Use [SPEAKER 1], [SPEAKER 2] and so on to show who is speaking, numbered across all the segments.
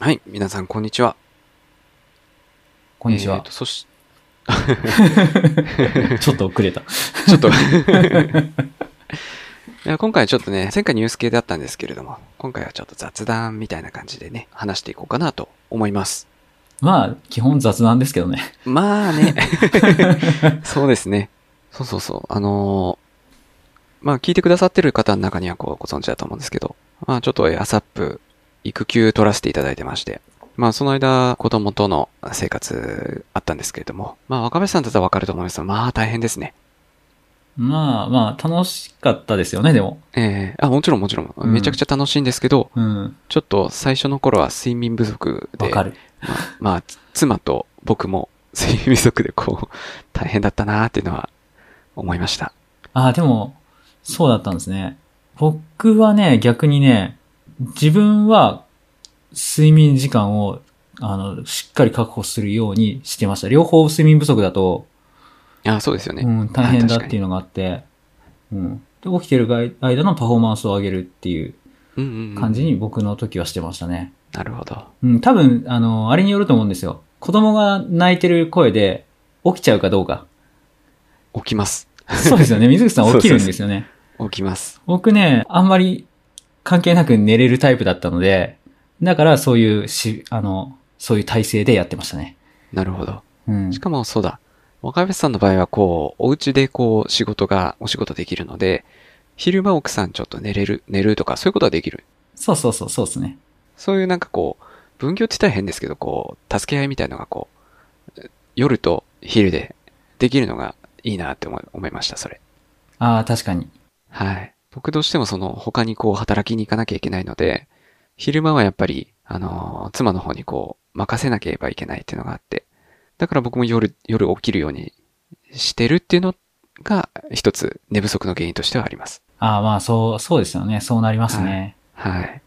[SPEAKER 1] はい、皆さん、こんにちは。
[SPEAKER 2] こんにち
[SPEAKER 1] えー
[SPEAKER 2] は
[SPEAKER 1] と。そし、
[SPEAKER 2] ちょっと遅れた。
[SPEAKER 1] ち ょっと いや。今回はちょっとね、前回ニュース系だったんですけれども、今回はちょっと雑談みたいな感じでね、話していこうかなと思います。
[SPEAKER 2] まあ、基本雑談ですけ どね。
[SPEAKER 1] まあ ね、そうですね。そうそうそう。あのーまあ聞いてくださってる方の中にはこうご存知だと思うんですけど、まあちょっとえー ASAP 育休取らせていただいてまして、まあその間子供との生活あったんですけれども、まあ若林さんだったらわかると思いますが、まあ大変ですね。
[SPEAKER 2] まあまあ、楽しかったですよね、でも。
[SPEAKER 1] ええあ、もちろんもちろん。
[SPEAKER 2] うん
[SPEAKER 1] めちゃくちゃ楽しいんですけど、
[SPEAKER 2] うん。
[SPEAKER 1] ちょっと最初の頃は睡眠不足で、
[SPEAKER 2] わかる。
[SPEAKER 1] まあ、つ妻と僕も 睡眠不足でこう、大変だったなーっていうのは思いました。
[SPEAKER 2] ああ、でも、そうだったんですね。僕はね、逆にね、自分は睡眠時間を、あの、しっかり確保するようにしてました。両方睡眠不足だと、
[SPEAKER 1] あそうですよね。
[SPEAKER 2] うん、大変だっていうのがあって、うん。で、起きてる間のパフォーマンスを上げるっていう
[SPEAKER 1] うんうんうん
[SPEAKER 2] 感じに僕の時はしてましたね。
[SPEAKER 1] なるほど。
[SPEAKER 2] うん、多分、あの、あれによると思うんですよ。子供が泣いてる声で起きちゃうかどう か。
[SPEAKER 1] 起きます。
[SPEAKER 2] そうですよね。水口さん起きるんですよね。
[SPEAKER 1] 起きます。
[SPEAKER 2] 僕ね、あんまり関係なく寝れるタイプだったので、だからそういうし、あの、そういう体制でやってましたね。
[SPEAKER 1] なるほど。
[SPEAKER 2] うん
[SPEAKER 1] し。かもそうだ。若林さんの場合はこう、お家でこう、仕事が、お仕事できるので、昼間奥さんちょっと寝れる、寝るとか、そういうことはできる。
[SPEAKER 2] そうそうそう、そうですね。
[SPEAKER 1] そういうなんかこう、分業って言ったら変ですけど、こう、助け合いみたいのがこう、夜と昼でできるのがいいなって思い思いました、それ。
[SPEAKER 2] ああ、確かに。
[SPEAKER 1] はい。僕どうしてもその他にこう働きに行かなきゃいけないので、昼間はやっぱり、あのー妻の方にこう任せなければいけないっていうのがあって、だから僕も夜、夜起きるようにしてるっていうのが一つ寝不足の原因としてはあります。
[SPEAKER 2] ああ、まあ、そう、そうですよね。そうなりますね。
[SPEAKER 1] はい。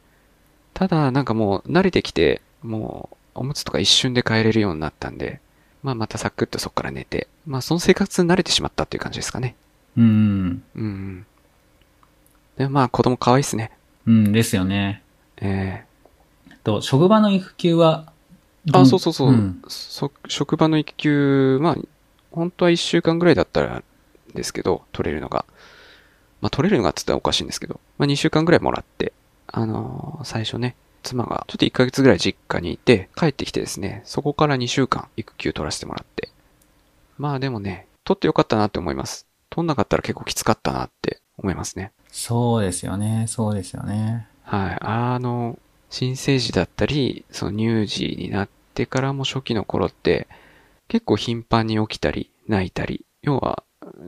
[SPEAKER 1] ただ、なんかもう慣れてきて、もうおむつとか一瞬で変えれるようになったんで、まあまたサクッとそこから寝て、まあその生活に慣れてしまったっていう感じですかね。
[SPEAKER 2] うん。
[SPEAKER 1] うん。で、まあ子供可愛いっすね。
[SPEAKER 2] うんですよね。
[SPEAKER 1] え
[SPEAKER 2] と、職場の育休は、
[SPEAKER 1] え
[SPEAKER 2] どん
[SPEAKER 1] あ、そうそうそう、
[SPEAKER 2] ん
[SPEAKER 1] そ職場の育休、まあ、本当は1週間ぐらいだったらですけど、取れるのが。まあ、取れるのがって言ったらおかしいんですけど、まあ、2週間ぐらいもらって、あのー最初ね、妻がちょっと1ヶ月ぐらい実家にいて、帰ってきてですね、そこから2週間育休取らせてもらって。まあでもね、取ってよかったなって思います。取んなかったら結構きつかったなって思いますね。
[SPEAKER 2] そうですよね。そうですよね。
[SPEAKER 1] はい。あの、新生児だったり、その乳児になってからも初期の頃って、結構頻繁に起きたり、泣いたり、要は、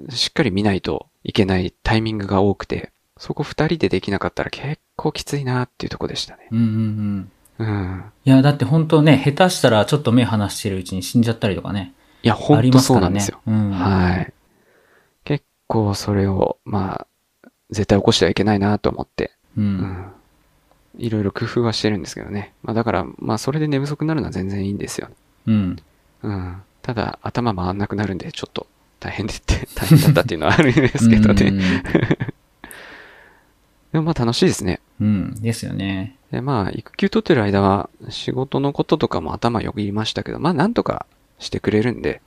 [SPEAKER 1] しっかり見ないといけないタイミングが多くて、そこ二人でできなかったら結構きついなっていうとこでしたね。
[SPEAKER 2] うんうんうん。
[SPEAKER 1] うん。
[SPEAKER 2] いや、だって本当ね、下手したらちょっと目離してるうちに死んじゃったりとかね。
[SPEAKER 1] いや、ほ
[SPEAKER 2] あ
[SPEAKER 1] ん
[SPEAKER 2] り
[SPEAKER 1] と
[SPEAKER 2] ます
[SPEAKER 1] そう
[SPEAKER 2] か
[SPEAKER 1] な
[SPEAKER 2] ら
[SPEAKER 1] ん
[SPEAKER 2] ね。
[SPEAKER 1] ですよ。
[SPEAKER 2] うん。
[SPEAKER 1] はい。結構それを、まあ、絶対起こしてはいけないなと思って、
[SPEAKER 2] う。
[SPEAKER 1] うんん。いろいろ工夫はしてるんですけどね。まあだから、まあそれで寝不足になるのは全然いいんですよ。
[SPEAKER 2] うん。
[SPEAKER 1] うん。ただ、頭回んなくなるんで、ちょっと大変でって、 大変だったっていうのはあるんですけどね。でもまあ楽しいですね。
[SPEAKER 2] うん。うん。ですよね。
[SPEAKER 1] で、まあ、育休取ってる間は、仕事のこととかも頭よぎりましたけど、まあなんとかしてくれるんで、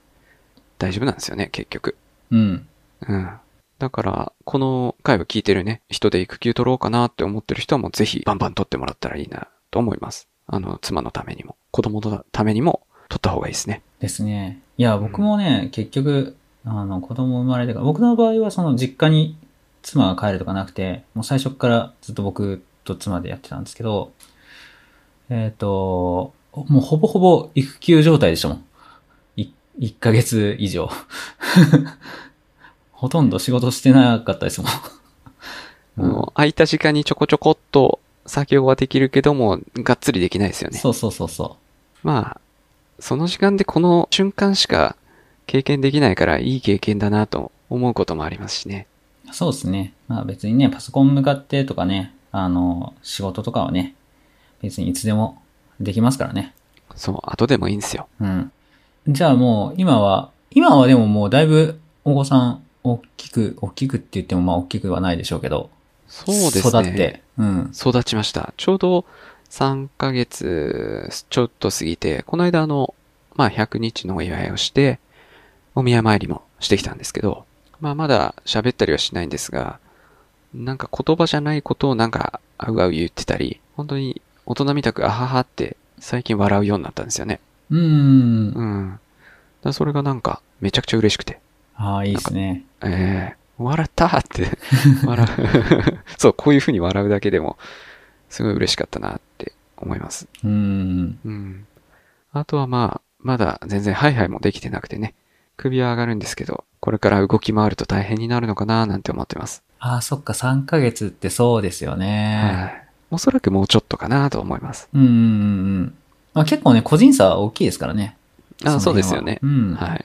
[SPEAKER 1] 大丈夫なんですよね、結局。
[SPEAKER 2] うん。
[SPEAKER 1] うん。だから、この回を聞いてるね、人で育休取ろうかなって思ってる人はもうぜひバンバン取ってもらったらいいなと思います。あの、妻のためにも、子供のためにも取った方がいいですね。
[SPEAKER 2] ですね。いや、僕もね、結局、あの、子供生まれてから、僕の場合はその実家に妻が帰るとかなくて、もう最初からずっと僕と妻でやってたんですけど、えっ、と、もうほぼほぼ育休状態でしたもん。い1ヶ月以上。 ほとんど仕事してなかったですも ん。
[SPEAKER 1] もう空いた時間にちょこちょこっと作業はできるけども、がっつりできないですよね。
[SPEAKER 2] そうそうそうそ
[SPEAKER 1] まあ、その時間でこの瞬間しか経験できないからいい経験だなと思うこともありますしね。
[SPEAKER 2] う。そうですね。まあ別にね、パソコン向かってとかね、あの、仕事とかはね、別にいつでもできますからね。
[SPEAKER 1] そう、後でもいいんですよ。
[SPEAKER 2] うん。じゃあもう、今は、今はでももうだいぶお子さん、大きく、大きくって言ってもまあ大きくはないでしょうけど、
[SPEAKER 1] そうですね。
[SPEAKER 2] 育って、うん。
[SPEAKER 1] 育ちました。ちょうど3ヶ月ちょっと過ぎて、この間あの、まあ、100日のお祝いをして、お宮参りもしてきたんですけど、まあ、まだ喋ったりはしないんですが、なんか言葉じゃないことをなんか、あうあう言ってたり、本当に大人みたく、あははって最近笑うようになったんですよね。
[SPEAKER 2] うーん。
[SPEAKER 1] うん。だからそれがなんか、めちゃくちゃ嬉しくて。
[SPEAKER 2] ああ、いいですね。
[SPEAKER 1] ええ笑ったって笑う。 そう、こういう風に笑うだけでも、すごい嬉しかったなって思います。
[SPEAKER 2] うーん。
[SPEAKER 1] うん。あとはまあ、まだ全然ハイハイもできてなくてね、首は上がるんですけど、これから動き回ると大変になるのかななんて思ってます。
[SPEAKER 2] ああ、そっか、3ヶ月ってそうですよ
[SPEAKER 1] は
[SPEAKER 2] ね。
[SPEAKER 1] い。おそらくもうちょっとかなと思います。
[SPEAKER 2] うんうんうんうん。まあ結構ね、個人差は大きいですからね。
[SPEAKER 1] あそう
[SPEAKER 2] の辺は
[SPEAKER 1] ですよね
[SPEAKER 2] う。ん。
[SPEAKER 1] はい。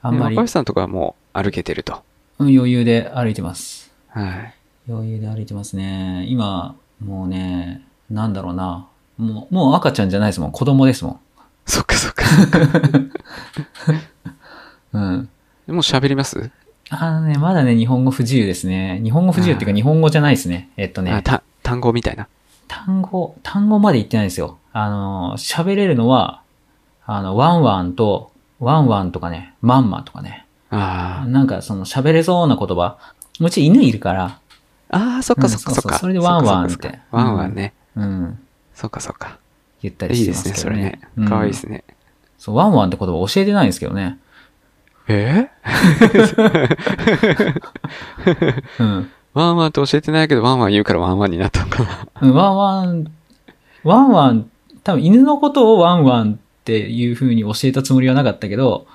[SPEAKER 2] あんま
[SPEAKER 1] 若
[SPEAKER 2] り
[SPEAKER 1] 林さんとかはもう歩けてると。
[SPEAKER 2] うん余裕で歩いてます。
[SPEAKER 1] はい。
[SPEAKER 2] 余裕で歩いてますね。今、もうね、なんだろうな。もう、もう赤ちゃんじゃないですもん。子供ですも
[SPEAKER 1] そっか そっか。
[SPEAKER 2] ん。うん。
[SPEAKER 1] もう喋ります
[SPEAKER 2] あのね、まだね、日本語不自由ですね。日本語不自由っていう
[SPEAKER 1] あー
[SPEAKER 2] か、日本語じゃないですね。えっと
[SPEAKER 1] あ
[SPEAKER 2] ね、
[SPEAKER 1] た単語みたいな。
[SPEAKER 2] 単語、単語まで言ってないんですよ。あの、喋れるのは、あの、ワンワンと、ワンワンとかね、マンマとかね。
[SPEAKER 1] ああ。
[SPEAKER 2] なんか、その、喋れそうな言葉。もちろん犬いるから、
[SPEAKER 1] ああ、そっかそっ
[SPEAKER 2] うん
[SPEAKER 1] か
[SPEAKER 2] そ
[SPEAKER 1] そうっ
[SPEAKER 2] そう
[SPEAKER 1] か。
[SPEAKER 2] それでワンワン
[SPEAKER 1] そかそ
[SPEAKER 2] って
[SPEAKER 1] かそかワンワンね。
[SPEAKER 2] うん、
[SPEAKER 1] そっかそっか。
[SPEAKER 2] 言ったり
[SPEAKER 1] い
[SPEAKER 2] し
[SPEAKER 1] い
[SPEAKER 2] て
[SPEAKER 1] で
[SPEAKER 2] ますす
[SPEAKER 1] ね、
[SPEAKER 2] け
[SPEAKER 1] そ
[SPEAKER 2] ど
[SPEAKER 1] れ
[SPEAKER 2] ね。
[SPEAKER 1] ね。かわいいです
[SPEAKER 2] ね。
[SPEAKER 1] ね。
[SPEAKER 2] そう、ワンワンって言葉教えてないんですけどね。
[SPEAKER 1] えー
[SPEAKER 2] うん。
[SPEAKER 1] ワンワンって教えてないけど、ワンワン言うからワンワンになったの かな。
[SPEAKER 2] うんワンワン、ワンワン、多分犬のことをワンワンっていう風に教えたつもりはなかったけど、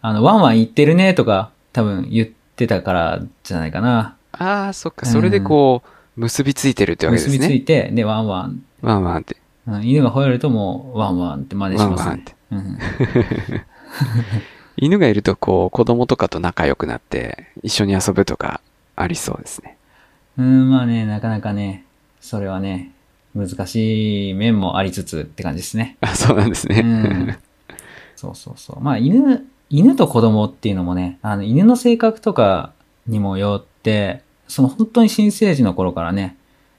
[SPEAKER 2] あの、ワンワン言ってるねとか、多分言ってたからじゃないかな。
[SPEAKER 1] ああ、そっか。それでこう、結びついてるってわけで
[SPEAKER 2] 結
[SPEAKER 1] す
[SPEAKER 2] びつ
[SPEAKER 1] ね。
[SPEAKER 2] いて、で、ワンワン。
[SPEAKER 1] ワンワンって。
[SPEAKER 2] うん犬が吠えるともう、ワンワンって真似し
[SPEAKER 1] ワン
[SPEAKER 2] ま
[SPEAKER 1] ワ
[SPEAKER 2] す
[SPEAKER 1] ンっ
[SPEAKER 2] ね。
[SPEAKER 1] て。
[SPEAKER 2] うん
[SPEAKER 1] 犬がいるとこう、子供とかと仲良くなって、一緒に遊ぶとか、ありそうですね。
[SPEAKER 2] うん、まあね、なかなかね、それはね、難しい面もありつつって感じですね。
[SPEAKER 1] あ、そうなんです
[SPEAKER 2] う
[SPEAKER 1] ね
[SPEAKER 2] ん。。そうそうそう。まあ犬、犬と子供っていうのもね、あの犬の性格とかにもよって、その本当に新生児の頃からね、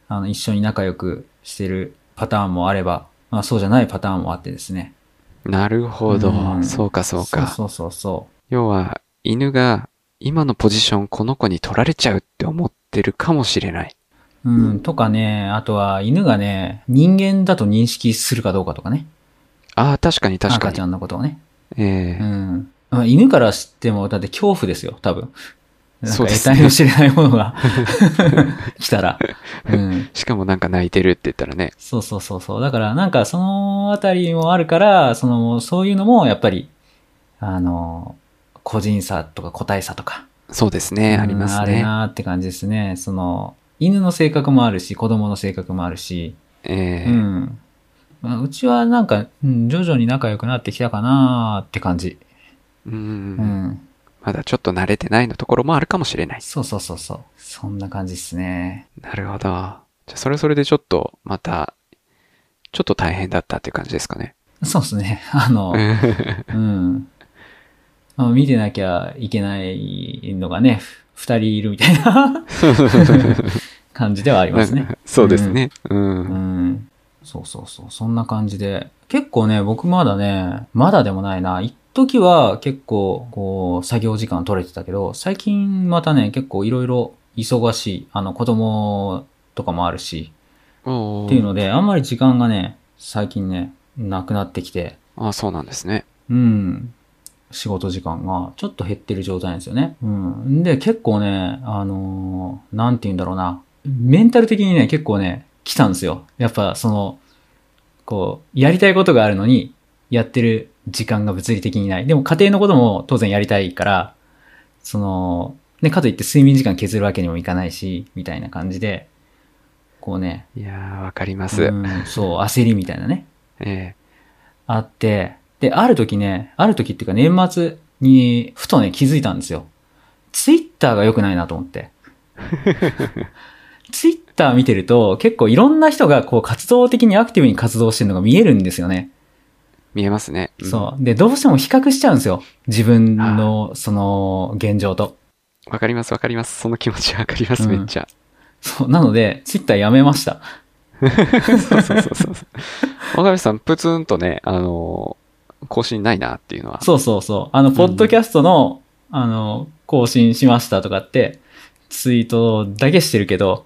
[SPEAKER 2] あの一緒に仲良くしてるパターンもあれば、まあそうじゃないパターンもあってですね。
[SPEAKER 1] なるほ
[SPEAKER 2] う
[SPEAKER 1] ど。
[SPEAKER 2] ん
[SPEAKER 1] そうかそうか。
[SPEAKER 2] そうそうそうそ
[SPEAKER 1] 要は、犬が今のポジションこの子に取られちゃうって思ってるかもしれない。
[SPEAKER 2] う。うん、とかね、あとは犬がね、人間だと認識するかどうかとかね。
[SPEAKER 1] ああ、確かに確か
[SPEAKER 2] 赤ち
[SPEAKER 1] に。
[SPEAKER 2] ゃんのことをね。
[SPEAKER 1] え
[SPEAKER 2] う
[SPEAKER 1] え
[SPEAKER 2] ん。まあ犬から知っても、だって恐怖ですよ、多分。なん
[SPEAKER 1] そ
[SPEAKER 2] か
[SPEAKER 1] うで
[SPEAKER 2] 得
[SPEAKER 1] すね
[SPEAKER 2] 体の知れないものが 来たら。うん。
[SPEAKER 1] しかもなんか泣いてるって言ったらね。
[SPEAKER 2] そうそうそうそう。だから、なんかそのあたりもあるから、その、そういうのもやっぱり、あの、個人差とか個体差とか。
[SPEAKER 1] そうですね。ありま
[SPEAKER 2] うん
[SPEAKER 1] す
[SPEAKER 2] ある
[SPEAKER 1] ね。
[SPEAKER 2] なーって感じですね。その、犬の性格もあるし、子供の性格もあるし。
[SPEAKER 1] ええ
[SPEAKER 2] うん。まあうちはなんか、うん徐々に仲良くなってきたかなーって感じ。
[SPEAKER 1] うん
[SPEAKER 2] うん。
[SPEAKER 1] まだちょっと慣れてないのところもあるかもしれない。
[SPEAKER 2] そうそうそうそう。そんな感じですね。
[SPEAKER 1] なるほど。じゃあ、それはそれでちょっと、また、ちょっと大変だったっていう感じですかね。
[SPEAKER 2] そうですね。あの、 うん。まあ、見てなきゃいけないのがね、ふ二人いるみたいな感じではありますね。
[SPEAKER 1] そうですね。う。
[SPEAKER 2] うんん。そうそうそう。そんな感じで。結構ね、僕まだね、まだでもないな。一時は結構、こう、作業時間取れてたけど、最近またね、結構いろいろ忙しい。あの、子供とかもあるし、
[SPEAKER 1] おー
[SPEAKER 2] っていうので、あんまり時間がね、最近ね、なくなってきて、
[SPEAKER 1] あそうなんですね。
[SPEAKER 2] うん、仕事時間がちょっと減ってる状態なんですよね。うん。で、結構ね、あのーなんて言うんだろうな、メンタル的にね、結構ね、来たんですよ。やっぱ、その、こう、やりたいことがあるのに、やってる時間が物理的にない。でも家庭のことも当然やりたいから、その、ね、かといって睡眠時間削るわけにもいかないし、みたいな感じで、こうね、
[SPEAKER 1] いやー、わかります。
[SPEAKER 2] うん、そう、焦りみたいなね、
[SPEAKER 1] ええ
[SPEAKER 2] あって、で、ある時ね、ある時っていうか年末に、ふとね、気づいたんですよ。ツイッターが良くないなと思って。ツイッター見てると、結構いろんな人がこう活動的にアクティブに活動してるのが見えるんですよね。
[SPEAKER 1] 見えますね。ん
[SPEAKER 2] そう。で、どうしても比較しちゃうんですよ。自分の、その、現状と。
[SPEAKER 1] わかります、わかります。その気持ちわかります、
[SPEAKER 2] うん
[SPEAKER 1] めっちゃ。
[SPEAKER 2] そう。なので、ツイッターやめました。
[SPEAKER 1] そうそうそうそう。若林さん、プツンとね、あのー更新ないなっていうのは。
[SPEAKER 2] そうそうそう。あの、ポッドキャストの、あの、更新しましたとかって、ツイートだけしてるけど、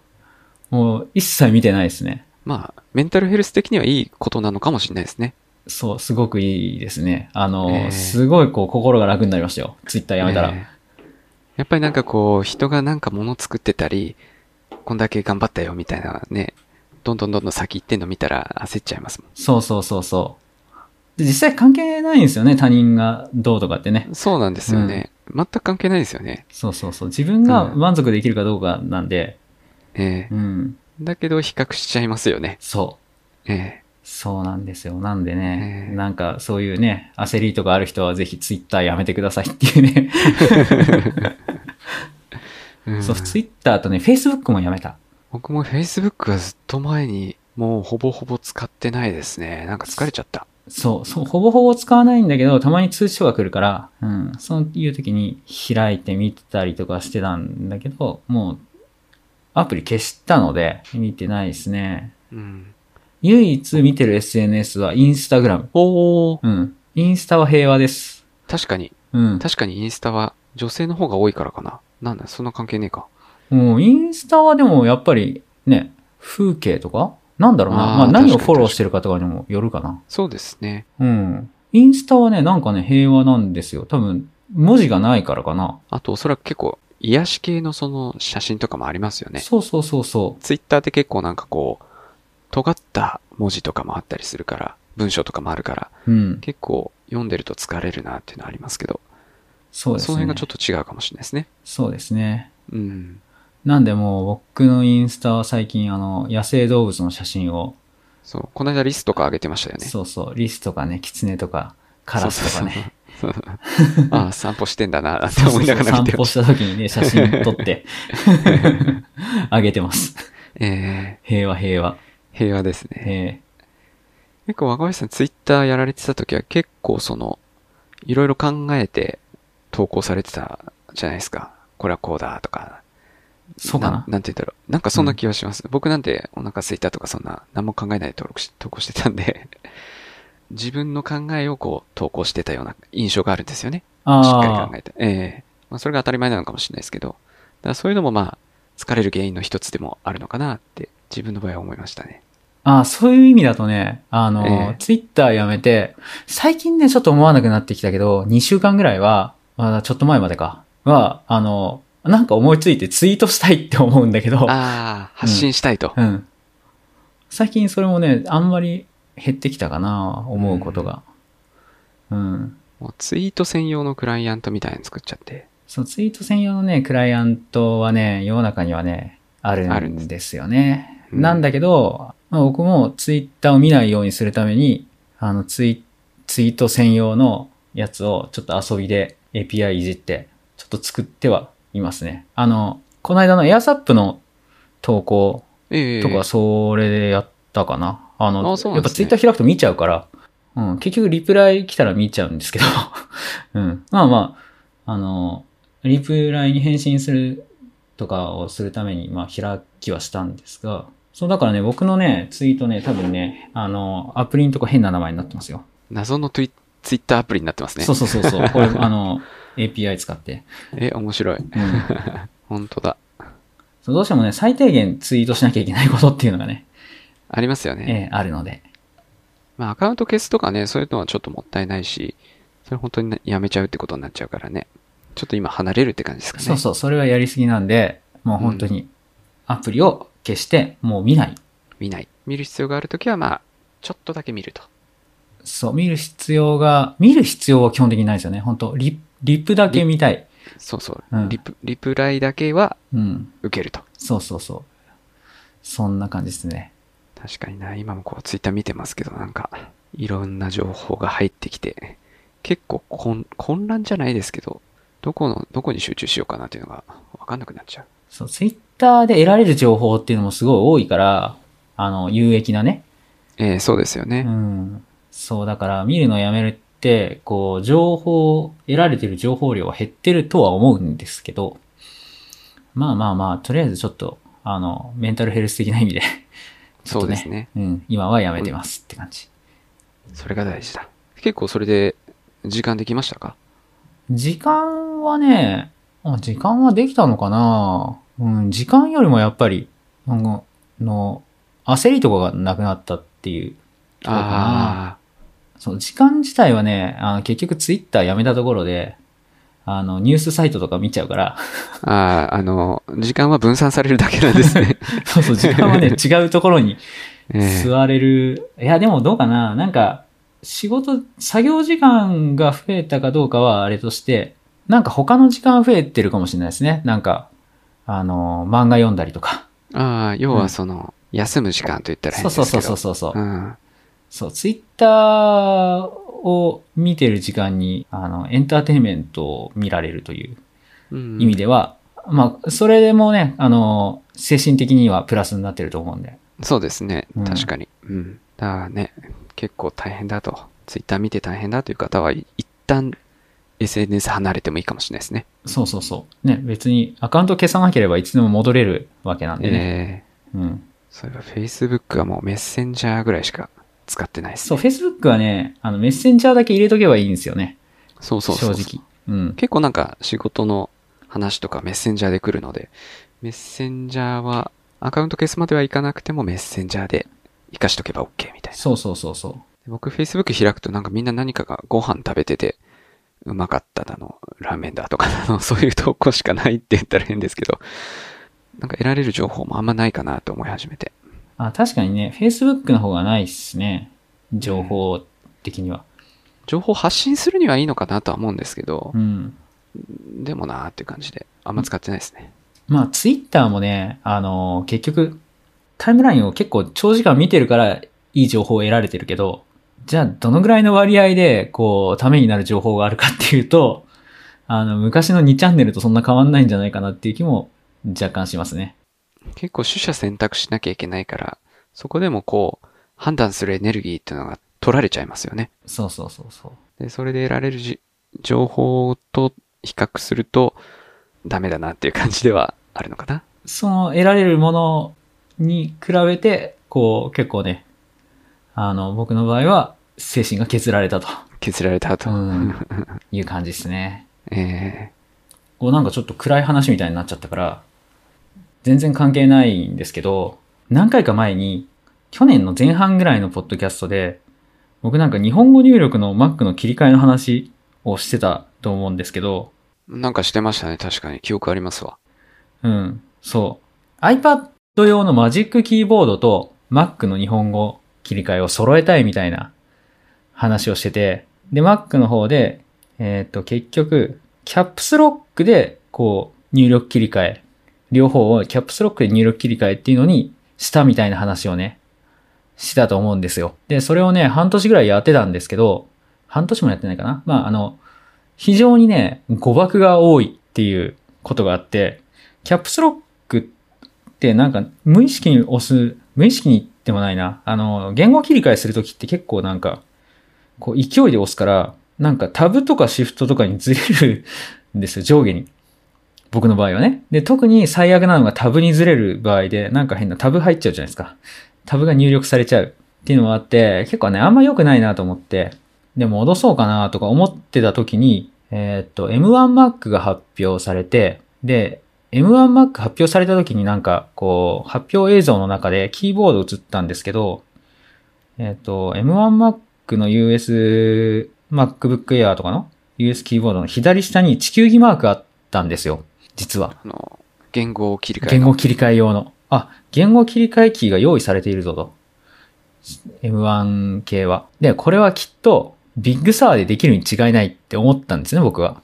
[SPEAKER 2] もう一切見てないですね。
[SPEAKER 1] まあ、メンタルヘルス的にはいいことなのかもしれないですね。
[SPEAKER 2] そう、すごくいいですね。あの、
[SPEAKER 1] ええ
[SPEAKER 2] すごいこう、心が楽になりましたよ。ツイッターやめたら。
[SPEAKER 1] ええやっぱりなんかこう、人がなんか物作ってたり、こんだけ頑張ったよみたいなね、どんどんどんどん先行ってんの見たら焦っちゃいますも
[SPEAKER 2] そうそうそうそう。で実際関係ないんですよね、他人がどうとかってね。
[SPEAKER 1] ん。そうなんですよね。全く関係ないですよね。
[SPEAKER 2] そうそうそう。自分が満足できるかどうかなんで、
[SPEAKER 1] ええ
[SPEAKER 2] うん、
[SPEAKER 1] だけど比較しちゃいますよね。
[SPEAKER 2] そう。
[SPEAKER 1] え
[SPEAKER 2] そうなんですよ。なんでね、
[SPEAKER 1] ええ
[SPEAKER 2] なんかそういうね、焦りとかある人はぜひツイッターやめてくださいっていうね。
[SPEAKER 1] えうん
[SPEAKER 2] そう、ツイッターとね、フェイスブックもやめた。
[SPEAKER 1] 僕も Facebook はずっと前に、もうほぼほぼ使ってないですね。なんか疲れちゃった。
[SPEAKER 2] そう、そう、ほぼほぼ使わないんだけど、たまに通知書が来るから、うん、そういう時に開いて見てたりとかしてたんだけど、もう、アプリ消したので、見てないですね。
[SPEAKER 1] うん。
[SPEAKER 2] 唯一見てる SNS はインスタグラム。
[SPEAKER 1] おー。
[SPEAKER 2] うん。インスタは平和です。
[SPEAKER 1] 確かに、
[SPEAKER 2] うん。
[SPEAKER 1] 確かにインスタは女性の方が多いからかな。なんだ、そんな関係ねえか。
[SPEAKER 2] もうインスタはでもやっぱりね、風景とかなんだろうな。
[SPEAKER 1] あー
[SPEAKER 2] まあ何
[SPEAKER 1] 確
[SPEAKER 2] を
[SPEAKER 1] かに
[SPEAKER 2] フォローしてるかとかにもよるかな。
[SPEAKER 1] そうですね。
[SPEAKER 2] うん。インスタはね、なんかね、平和なんですよ。多分、文字がないからかな。
[SPEAKER 1] あと、おそらく結構、癒し系のその写真とかもありますよね。
[SPEAKER 2] そうそうそうそう。
[SPEAKER 1] ツイッターって結構なんかこう、尖った文字とかもあったりするから、文章とかもあるから、
[SPEAKER 2] うん。
[SPEAKER 1] 結構読んでると疲れるなっていうのはありますけど、
[SPEAKER 2] そうですね。
[SPEAKER 1] その辺がちょっと違うかもしれないですね。
[SPEAKER 2] そうですね。
[SPEAKER 1] うん。
[SPEAKER 2] なんでもう僕のインスタは最近あの、野生動物の写真を、
[SPEAKER 1] そう。この間リストとか上げてましたよね。
[SPEAKER 2] そうそう、リスとかね、キツネとか、カラスとかね。
[SPEAKER 1] そうそうそうああ、散歩してんだな、って思いながら見て
[SPEAKER 2] 散歩
[SPEAKER 1] ま
[SPEAKER 2] し
[SPEAKER 1] した
[SPEAKER 2] 時にね、写真撮って、 あげてます。
[SPEAKER 1] た。え
[SPEAKER 2] 平和平和。
[SPEAKER 1] ー、平和ですね。
[SPEAKER 2] え
[SPEAKER 1] 結構若林さん、ツイッターやられてた時は結構その、いろいろ考えて投稿されてたじゃないですか。これはこうだとか。
[SPEAKER 2] ーそうかな
[SPEAKER 1] なんて言うんだろう。なんかそんな気がします。僕なんてお腹空いたとかそんな何も考えないで登録し、投稿してたんで、 自分の考えをこう投稿してたような印象があるんですよね。
[SPEAKER 2] あ
[SPEAKER 1] しっかり考
[SPEAKER 2] え
[SPEAKER 1] えて。ええまあ、それが当たり前なのかもしれないですけど、だからそういうのもまあ、疲れる原因の一つでもあるのかなって、自分の場合は思いましたね。
[SPEAKER 2] ああ、そういう意味だとね、あの、
[SPEAKER 1] ええ
[SPEAKER 2] ツイッターやめて、最近ね、ちょっと思わなくなってきたけど、2週間ぐらいは、まだちょっと前までか、は、あの、なんか思いついてツイートしたいって思うんだけど、
[SPEAKER 1] ああ、発信したいと。
[SPEAKER 2] うん。最近それもね、あんまり減ってきたかな、思うことが。うん。
[SPEAKER 1] もうツイート専用のクライアントみたいなの作っちゃって。
[SPEAKER 2] そう、ツイート専用のね、クライアントはね、世の中にはね、ある
[SPEAKER 1] あるん
[SPEAKER 2] ん
[SPEAKER 1] です
[SPEAKER 2] ですよね。
[SPEAKER 1] うん
[SPEAKER 2] なんだけど、まあ、僕もツイッターを見ないようにするために、あの、ツイ、ツイート専用のやつをちょっと遊びで API いじって、ちょっと作ってはいますね。あの、この間の AirSAP の投稿
[SPEAKER 1] ええ
[SPEAKER 2] とかそれでやったかな。あの、
[SPEAKER 1] あそうな
[SPEAKER 2] や
[SPEAKER 1] ん
[SPEAKER 2] っ
[SPEAKER 1] で
[SPEAKER 2] ぱ
[SPEAKER 1] す
[SPEAKER 2] ツイ
[SPEAKER 1] ね
[SPEAKER 2] ッター開くと見ちゃうから、うん、結局リプライ来たら見ちゃうんですけど、 うん。まあまあ、あの、リプライに返信するとかをするために、まあ開きはしたんですが、そうだからね、僕のね、ツイートね、多分ね、あの、アプリのとこ変な名前になってますよ。
[SPEAKER 1] 謎のツイツイッターアプリになってますね
[SPEAKER 2] そう。そうそうそう。 これ、あの、API 使って。
[SPEAKER 1] え、面白い。
[SPEAKER 2] うん。
[SPEAKER 1] 本当だ。
[SPEAKER 2] そうどうしてもね、最低限ツイートしなきゃいけないことっていうのがね、
[SPEAKER 1] ありますよね。
[SPEAKER 2] えーあるので。
[SPEAKER 1] まあ、アカウント消すとかね、そういうのはちょっともったいないし、それ本当にねやめちゃうってことになっちゃうからね。ちょっと今離れるって感じですかね。
[SPEAKER 2] そうそう、それはやりすぎなんで、もう本当にアプリを消して、もう見ない。
[SPEAKER 1] 見ない。見る必要があるときは、まあ、ちょっとだけ見ると。
[SPEAKER 2] そう、見る必要が、見る必要は基本的にないですよね。本当リリップだけ見たい。
[SPEAKER 1] そうそう。
[SPEAKER 2] うん
[SPEAKER 1] リプリプライだけは
[SPEAKER 2] うん。
[SPEAKER 1] 受けると。
[SPEAKER 2] そうそうそう。そんな感じですね。
[SPEAKER 1] 確かにな、今もこうツイッター見てますけど、なんか、いろんな情報が入ってきて、結構混混乱じゃないですけど、どこの、どこに集中しようかなっていうのがわかんなくなっちゃう。
[SPEAKER 2] そう、ツイッターで得られる情報っていうのもすごい多いから、あの、有益なね。
[SPEAKER 1] ええそうですよ
[SPEAKER 2] う
[SPEAKER 1] ね。
[SPEAKER 2] ん。そう、だから見るのやめるって、こう、情報、得られてる情報量は減ってるとは思うんですけど、まあまあまあ、とりあえずちょっと、あの、メンタルヘルス的な意味で、ち
[SPEAKER 1] そ
[SPEAKER 2] ょっ
[SPEAKER 1] う
[SPEAKER 2] と
[SPEAKER 1] ですね。
[SPEAKER 2] うん、今はやめてますって感じ。
[SPEAKER 1] それが大事だ。結構それで、時間できましたか
[SPEAKER 2] 時間はね、あ時間はできたのかなうん、時間よりもやっぱり、あの、の焦りとかがなくなったっていう。そうかな
[SPEAKER 1] あ
[SPEAKER 2] そう、時間自体はね、あの結局ツイッターやめたところで、あの、ニュースサイトとか見ちゃうから、
[SPEAKER 1] あー、ああ、あの、時間は分散されるだけなんです ね。
[SPEAKER 2] そうそう、時間は ね、違うところに
[SPEAKER 1] ええ
[SPEAKER 2] 座れる。いや、でもどうかななんか、仕事、作業時間が増えたかどうかはあれとして、なんか他の時間増えてるかもしれないですね。なんか、あの、漫画読んだりとか。
[SPEAKER 1] ああ、要
[SPEAKER 2] う
[SPEAKER 1] は
[SPEAKER 2] ん
[SPEAKER 1] その、休む時間と言ったら変
[SPEAKER 2] そ
[SPEAKER 1] で
[SPEAKER 2] う
[SPEAKER 1] す
[SPEAKER 2] そう
[SPEAKER 1] けど。
[SPEAKER 2] そうそうそうそう。
[SPEAKER 1] うん。
[SPEAKER 2] そう、ツイッターを見てる時間に、あの、エンターテインメントを見られるという
[SPEAKER 1] うん、
[SPEAKER 2] 意味では、まあ、それでもね、あの、精神的にはプラスになってると思うんで。
[SPEAKER 1] そうですね
[SPEAKER 2] うん。
[SPEAKER 1] 確かに。うん。だからね、結構大変だと。ツイッター見て大変だという方は、い一旦 SNS 離れてもいいかもしれないですね。
[SPEAKER 2] そうそうそう。ね、別にアカウント消さなければいつでも戻れるわけなんでね。
[SPEAKER 1] ええ
[SPEAKER 2] うん。
[SPEAKER 1] そういえば Facebook はもうメッセンジャーぐらいしか使ってないです
[SPEAKER 2] そう、
[SPEAKER 1] ね。
[SPEAKER 2] Facebook はね、あの、メッセンジャーだけ入れとけばいいんですよね。
[SPEAKER 1] そうそうそうそう。
[SPEAKER 2] 正直。うん。
[SPEAKER 1] 結構なんか仕事の話とかメッセンジャーで来るので、メッセンジャーはアカウント消すまではいかなくてもメッセンジャーで活かしとけば OK みたいな。
[SPEAKER 2] そうそうそうそう。
[SPEAKER 1] 僕 Facebook 開くとなんかみんな何かがご飯食べてて、うまかっただの、ラーメンだとかだの、 そういう投稿しかないって言ったら変ですけど、なんか得られる情報もあんまないかなと思い始めて。
[SPEAKER 2] あ、確かにね、Facebook の方がないっすね。情報的には。
[SPEAKER 1] 情報発信するにはいいのかなとは思うんですけど
[SPEAKER 2] う、ん。
[SPEAKER 1] でもなーっていう感じで、あんま使ってないですね。
[SPEAKER 2] まあ、Twitter もね、あの、結局、タイムラインを結構長時間見てるから、いい情報を得られてるけど、じゃあ、どのぐらいの割合で、こう、ためになる情報があるかっていうと、あの、昔の2チャンネルとそんな変わんないんじゃないかなっていう気も若干しますね。
[SPEAKER 1] 結構取捨選択しなきゃいけないから、そこでもこう、判断するエネルギーっていうのが取られちゃいますよね。
[SPEAKER 2] そうそうそうそう。
[SPEAKER 1] で、それで得られるじ情報と比較すると、ダメだなっていう感じではあるのかな。
[SPEAKER 2] その得られるものに比べて、こう結構ね、あの、僕の場合は精神が削られたと、
[SPEAKER 1] 削られた後。
[SPEAKER 2] うんいう感じですね。
[SPEAKER 1] え
[SPEAKER 2] こうなんかちょっと暗い話みたいになっちゃったから、全然関係ないんですけど、何回か前に、去年の前半ぐらいのポッドキャストで、僕なんか日本語入力の Mac の切り替えの話をしてたと思うんですけど、
[SPEAKER 1] ーなんかしてましたね。確かに。記憶ありますわ。
[SPEAKER 2] うん、そう。iPad 用のマジックキーボードと Mac の日本語切り替えを揃えたいみたいな話をしてて、で、Mac の方で、えっ、と、結局、キャップスロックで、こう、入力切り替え、両方をキャップスロックで入力切り替えっていうのにしたみたいな話をね、したと思うんですよ。で、それをね、半年ぐらいやってたんですけど、半年もやってないかなまあ、あの、非常にね、誤爆が多いっていうことがあって、キャップスロックってなんか無意識に押す、無意識にでもないな。あの、言語切り替えするときって結構なんか、こう勢いで押すから、なんかタブとかシフトとかにずれるんですよ、上下に。僕の場合はね。で、特に最悪なのがタブにずれる場合で、なんか変なタブ入っちゃうじゃないですか。タブが入力されちゃうっていうのもあって、結構ね、あんま良くないなと思って、で、戻そうかなとか思ってた時に、えーっと、M1Mac が発表されて、で、M1Mac 発表された時になんか、こう、発表映像の中でキーボード映ったんですけど、えーっと、M1Mac の US MacBook Air とかの US キーボードの左下に地球儀マークあったんですよ、実は。
[SPEAKER 1] あの、言語を切り替え
[SPEAKER 2] 言
[SPEAKER 1] の
[SPEAKER 2] 語切り替え用の。あ、言語切り替えキーが用意されているぞと。M1 系は。で、これはきっと、ビッグサーでできるに違いないって思ったんですね、僕は。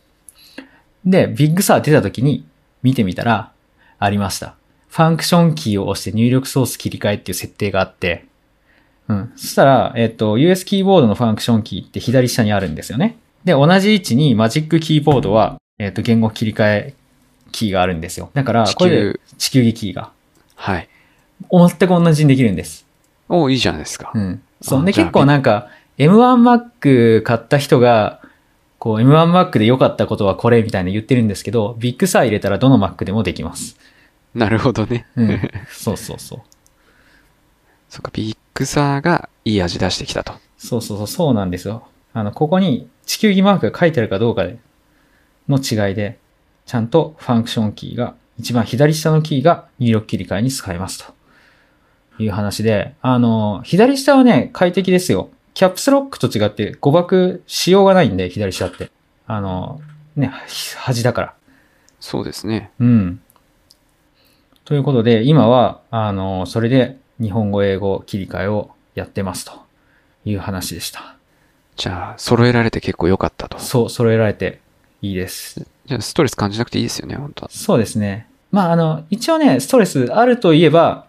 [SPEAKER 2] で、ビッグサー出た時に見てみたら、ありました。ファンクションキーを押して入力ソース切り替えっていう設定があって、うん。そしたら、えっ、と、US キーボードのファンクションキーって左下にあるんですよね。で、同じ位置にマジックキーボードは、えっ、と、言語切り替えキーがあるんですよ。だから、
[SPEAKER 1] 地球
[SPEAKER 2] これで地球儀キーが。
[SPEAKER 1] はい。
[SPEAKER 2] 全く同じにできるんです。
[SPEAKER 1] おいいじゃないですか。
[SPEAKER 2] うん。そう。
[SPEAKER 1] あ
[SPEAKER 2] で、
[SPEAKER 1] じゃあ
[SPEAKER 2] 結構なんか、M1Mac 買った人が、こう、M1Mac で良かったことはこれみたいな言ってるんですけど、ビッグサー入れたらどの Mac でもできます。
[SPEAKER 1] なるほどね。
[SPEAKER 2] うん。そうそうそう。
[SPEAKER 1] そっか、ビッグサーがいい味出してきたと。
[SPEAKER 2] そうそうそう、そうなんですよ。あの、ここに地球儀マークが書いてあるかどうかで、の違いで、ちゃんとファンクションキーが、一番左下のキーが入力切り替えに使えますと。いう話で、あの、左下はね、快適ですよ。キャップスロックと違って誤爆しようがないんで、左下って。あの、ね、端だから。
[SPEAKER 1] そうですね。
[SPEAKER 2] うん。ということで、今は、あの、それで日本語、英語切り替えをやってますという話でした。
[SPEAKER 1] じゃあ、揃えられて結構良かったと。
[SPEAKER 2] そう、揃えられていいです。
[SPEAKER 1] じゃあ、ストレス感じなくていいですよね、本当は。
[SPEAKER 2] そうですね。まあ、あの、一応ね、ストレスあるといえば、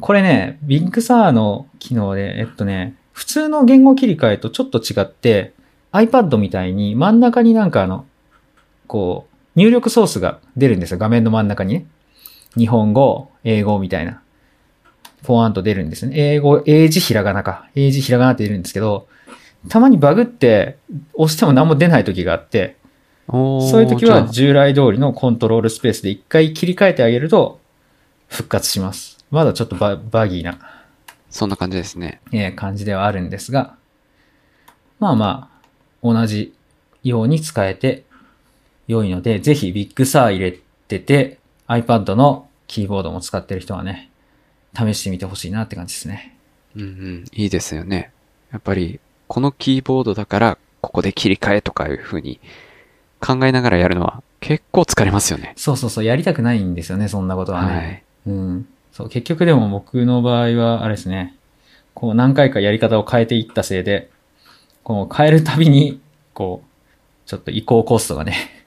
[SPEAKER 2] これね、ビッグサーの機能で、えっとね、普通の言語切り替えとちょっと違って、iPad みたいに真ん中になんかあの、こう、入力ソースが出るんですよ。画面の真ん中にね。日本語、英語みたいな。ポワンと出るんですね。英語、英字ひらがなか。英字ひらがなって出るんですけど、たまにバグって押しても何も出ない時があって、
[SPEAKER 1] おー
[SPEAKER 2] そういう時
[SPEAKER 1] じ
[SPEAKER 2] は
[SPEAKER 1] ゃ
[SPEAKER 2] 従来通りのコントロールスペースで一回切り替えてあげると復活します。まだちょっとババギーな、
[SPEAKER 1] あそんな感じですね。
[SPEAKER 2] えー感じではあるんですが、まあまあ、同じように使えて良いので、ぜひビッグサー入れてて、iPad のキーボードも使ってる人はね、試してみてほしいなって感じですね。
[SPEAKER 1] うんうん。いいですよね。やっぱり、このキーボードだから、ここで切り替えとかいう風に考えながらやるのは結構疲れますよね。
[SPEAKER 2] そうそうそう、やりたくないんですよね、そんなことはね。
[SPEAKER 1] はい。
[SPEAKER 2] うん。そう、結局でも僕の場合は、あれですね、こう何回かやり方を変えていったせいで、こう変えるたびに、こう、ちょっと移行コストがね、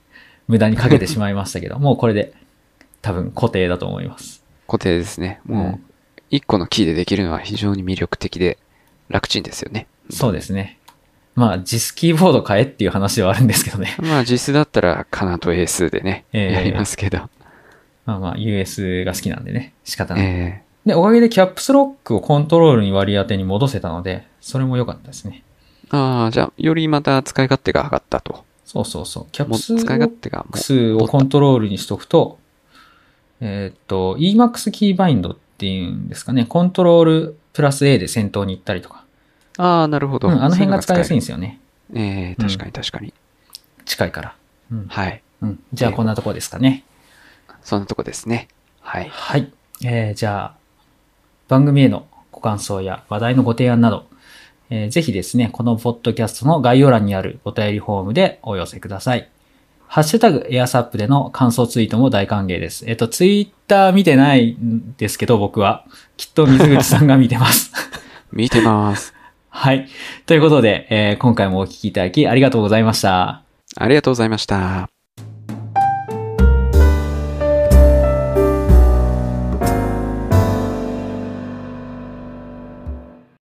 [SPEAKER 2] 無駄にかけてしまいましたけ ど、もうこれで多分固定だと思います。
[SPEAKER 1] 固定ですね。
[SPEAKER 2] う
[SPEAKER 1] も
[SPEAKER 2] ん
[SPEAKER 1] う、一個のキーでできるのは非常に魅力的で楽ちんですよね。
[SPEAKER 2] そうですね。まあ、JIS キーボード変えっていう話ではあるんですけどね。
[SPEAKER 1] まあ実質だったら、カナと英数でね、
[SPEAKER 2] ええ
[SPEAKER 1] やりますけど。
[SPEAKER 2] まあまあ、US が好きなんでね、仕方ない。
[SPEAKER 1] え
[SPEAKER 2] で、おかげでキャップスロックをコントロールに割り当てに戻せたので、それも良かったですね。
[SPEAKER 1] えああ、じゃあ、よりまた使い勝手が上がったと。
[SPEAKER 2] そうそうそう。キャッ
[SPEAKER 1] も
[SPEAKER 2] プ
[SPEAKER 1] う
[SPEAKER 2] ス
[SPEAKER 1] 使
[SPEAKER 2] ロ
[SPEAKER 1] い
[SPEAKER 2] ック
[SPEAKER 1] 勝手がもう
[SPEAKER 2] MAX をコントロールにしとくと、えーっと、EMAX キーバインドっていうんですかね、コントロールプラス A で先頭に行ったりとか、
[SPEAKER 1] ああ、なるほど。
[SPEAKER 2] うんあの辺が使いやすいん
[SPEAKER 1] ん
[SPEAKER 2] ですよね。
[SPEAKER 1] ええ確かに確かに。
[SPEAKER 2] 近いから。うん
[SPEAKER 1] はい。
[SPEAKER 2] うんじゃあこんなとこですかね。
[SPEAKER 1] そんなとこですね。はい。
[SPEAKER 2] はい。えーじゃあ、番組へのご感想や話題のご提案など、えーぜひですね、このポッドキャストの概要欄にあるお便りフォームでお寄せください。ハッシュタグ、エアサップでの感想ツイートも大歓迎です。えっ、と、ツイッター見てないんですけど、僕は。きっと水口さんが見てます。
[SPEAKER 1] 見てます。
[SPEAKER 2] はい。ということで、えー今回もお聞きいただきありがとうございました。
[SPEAKER 1] ありがとうございました。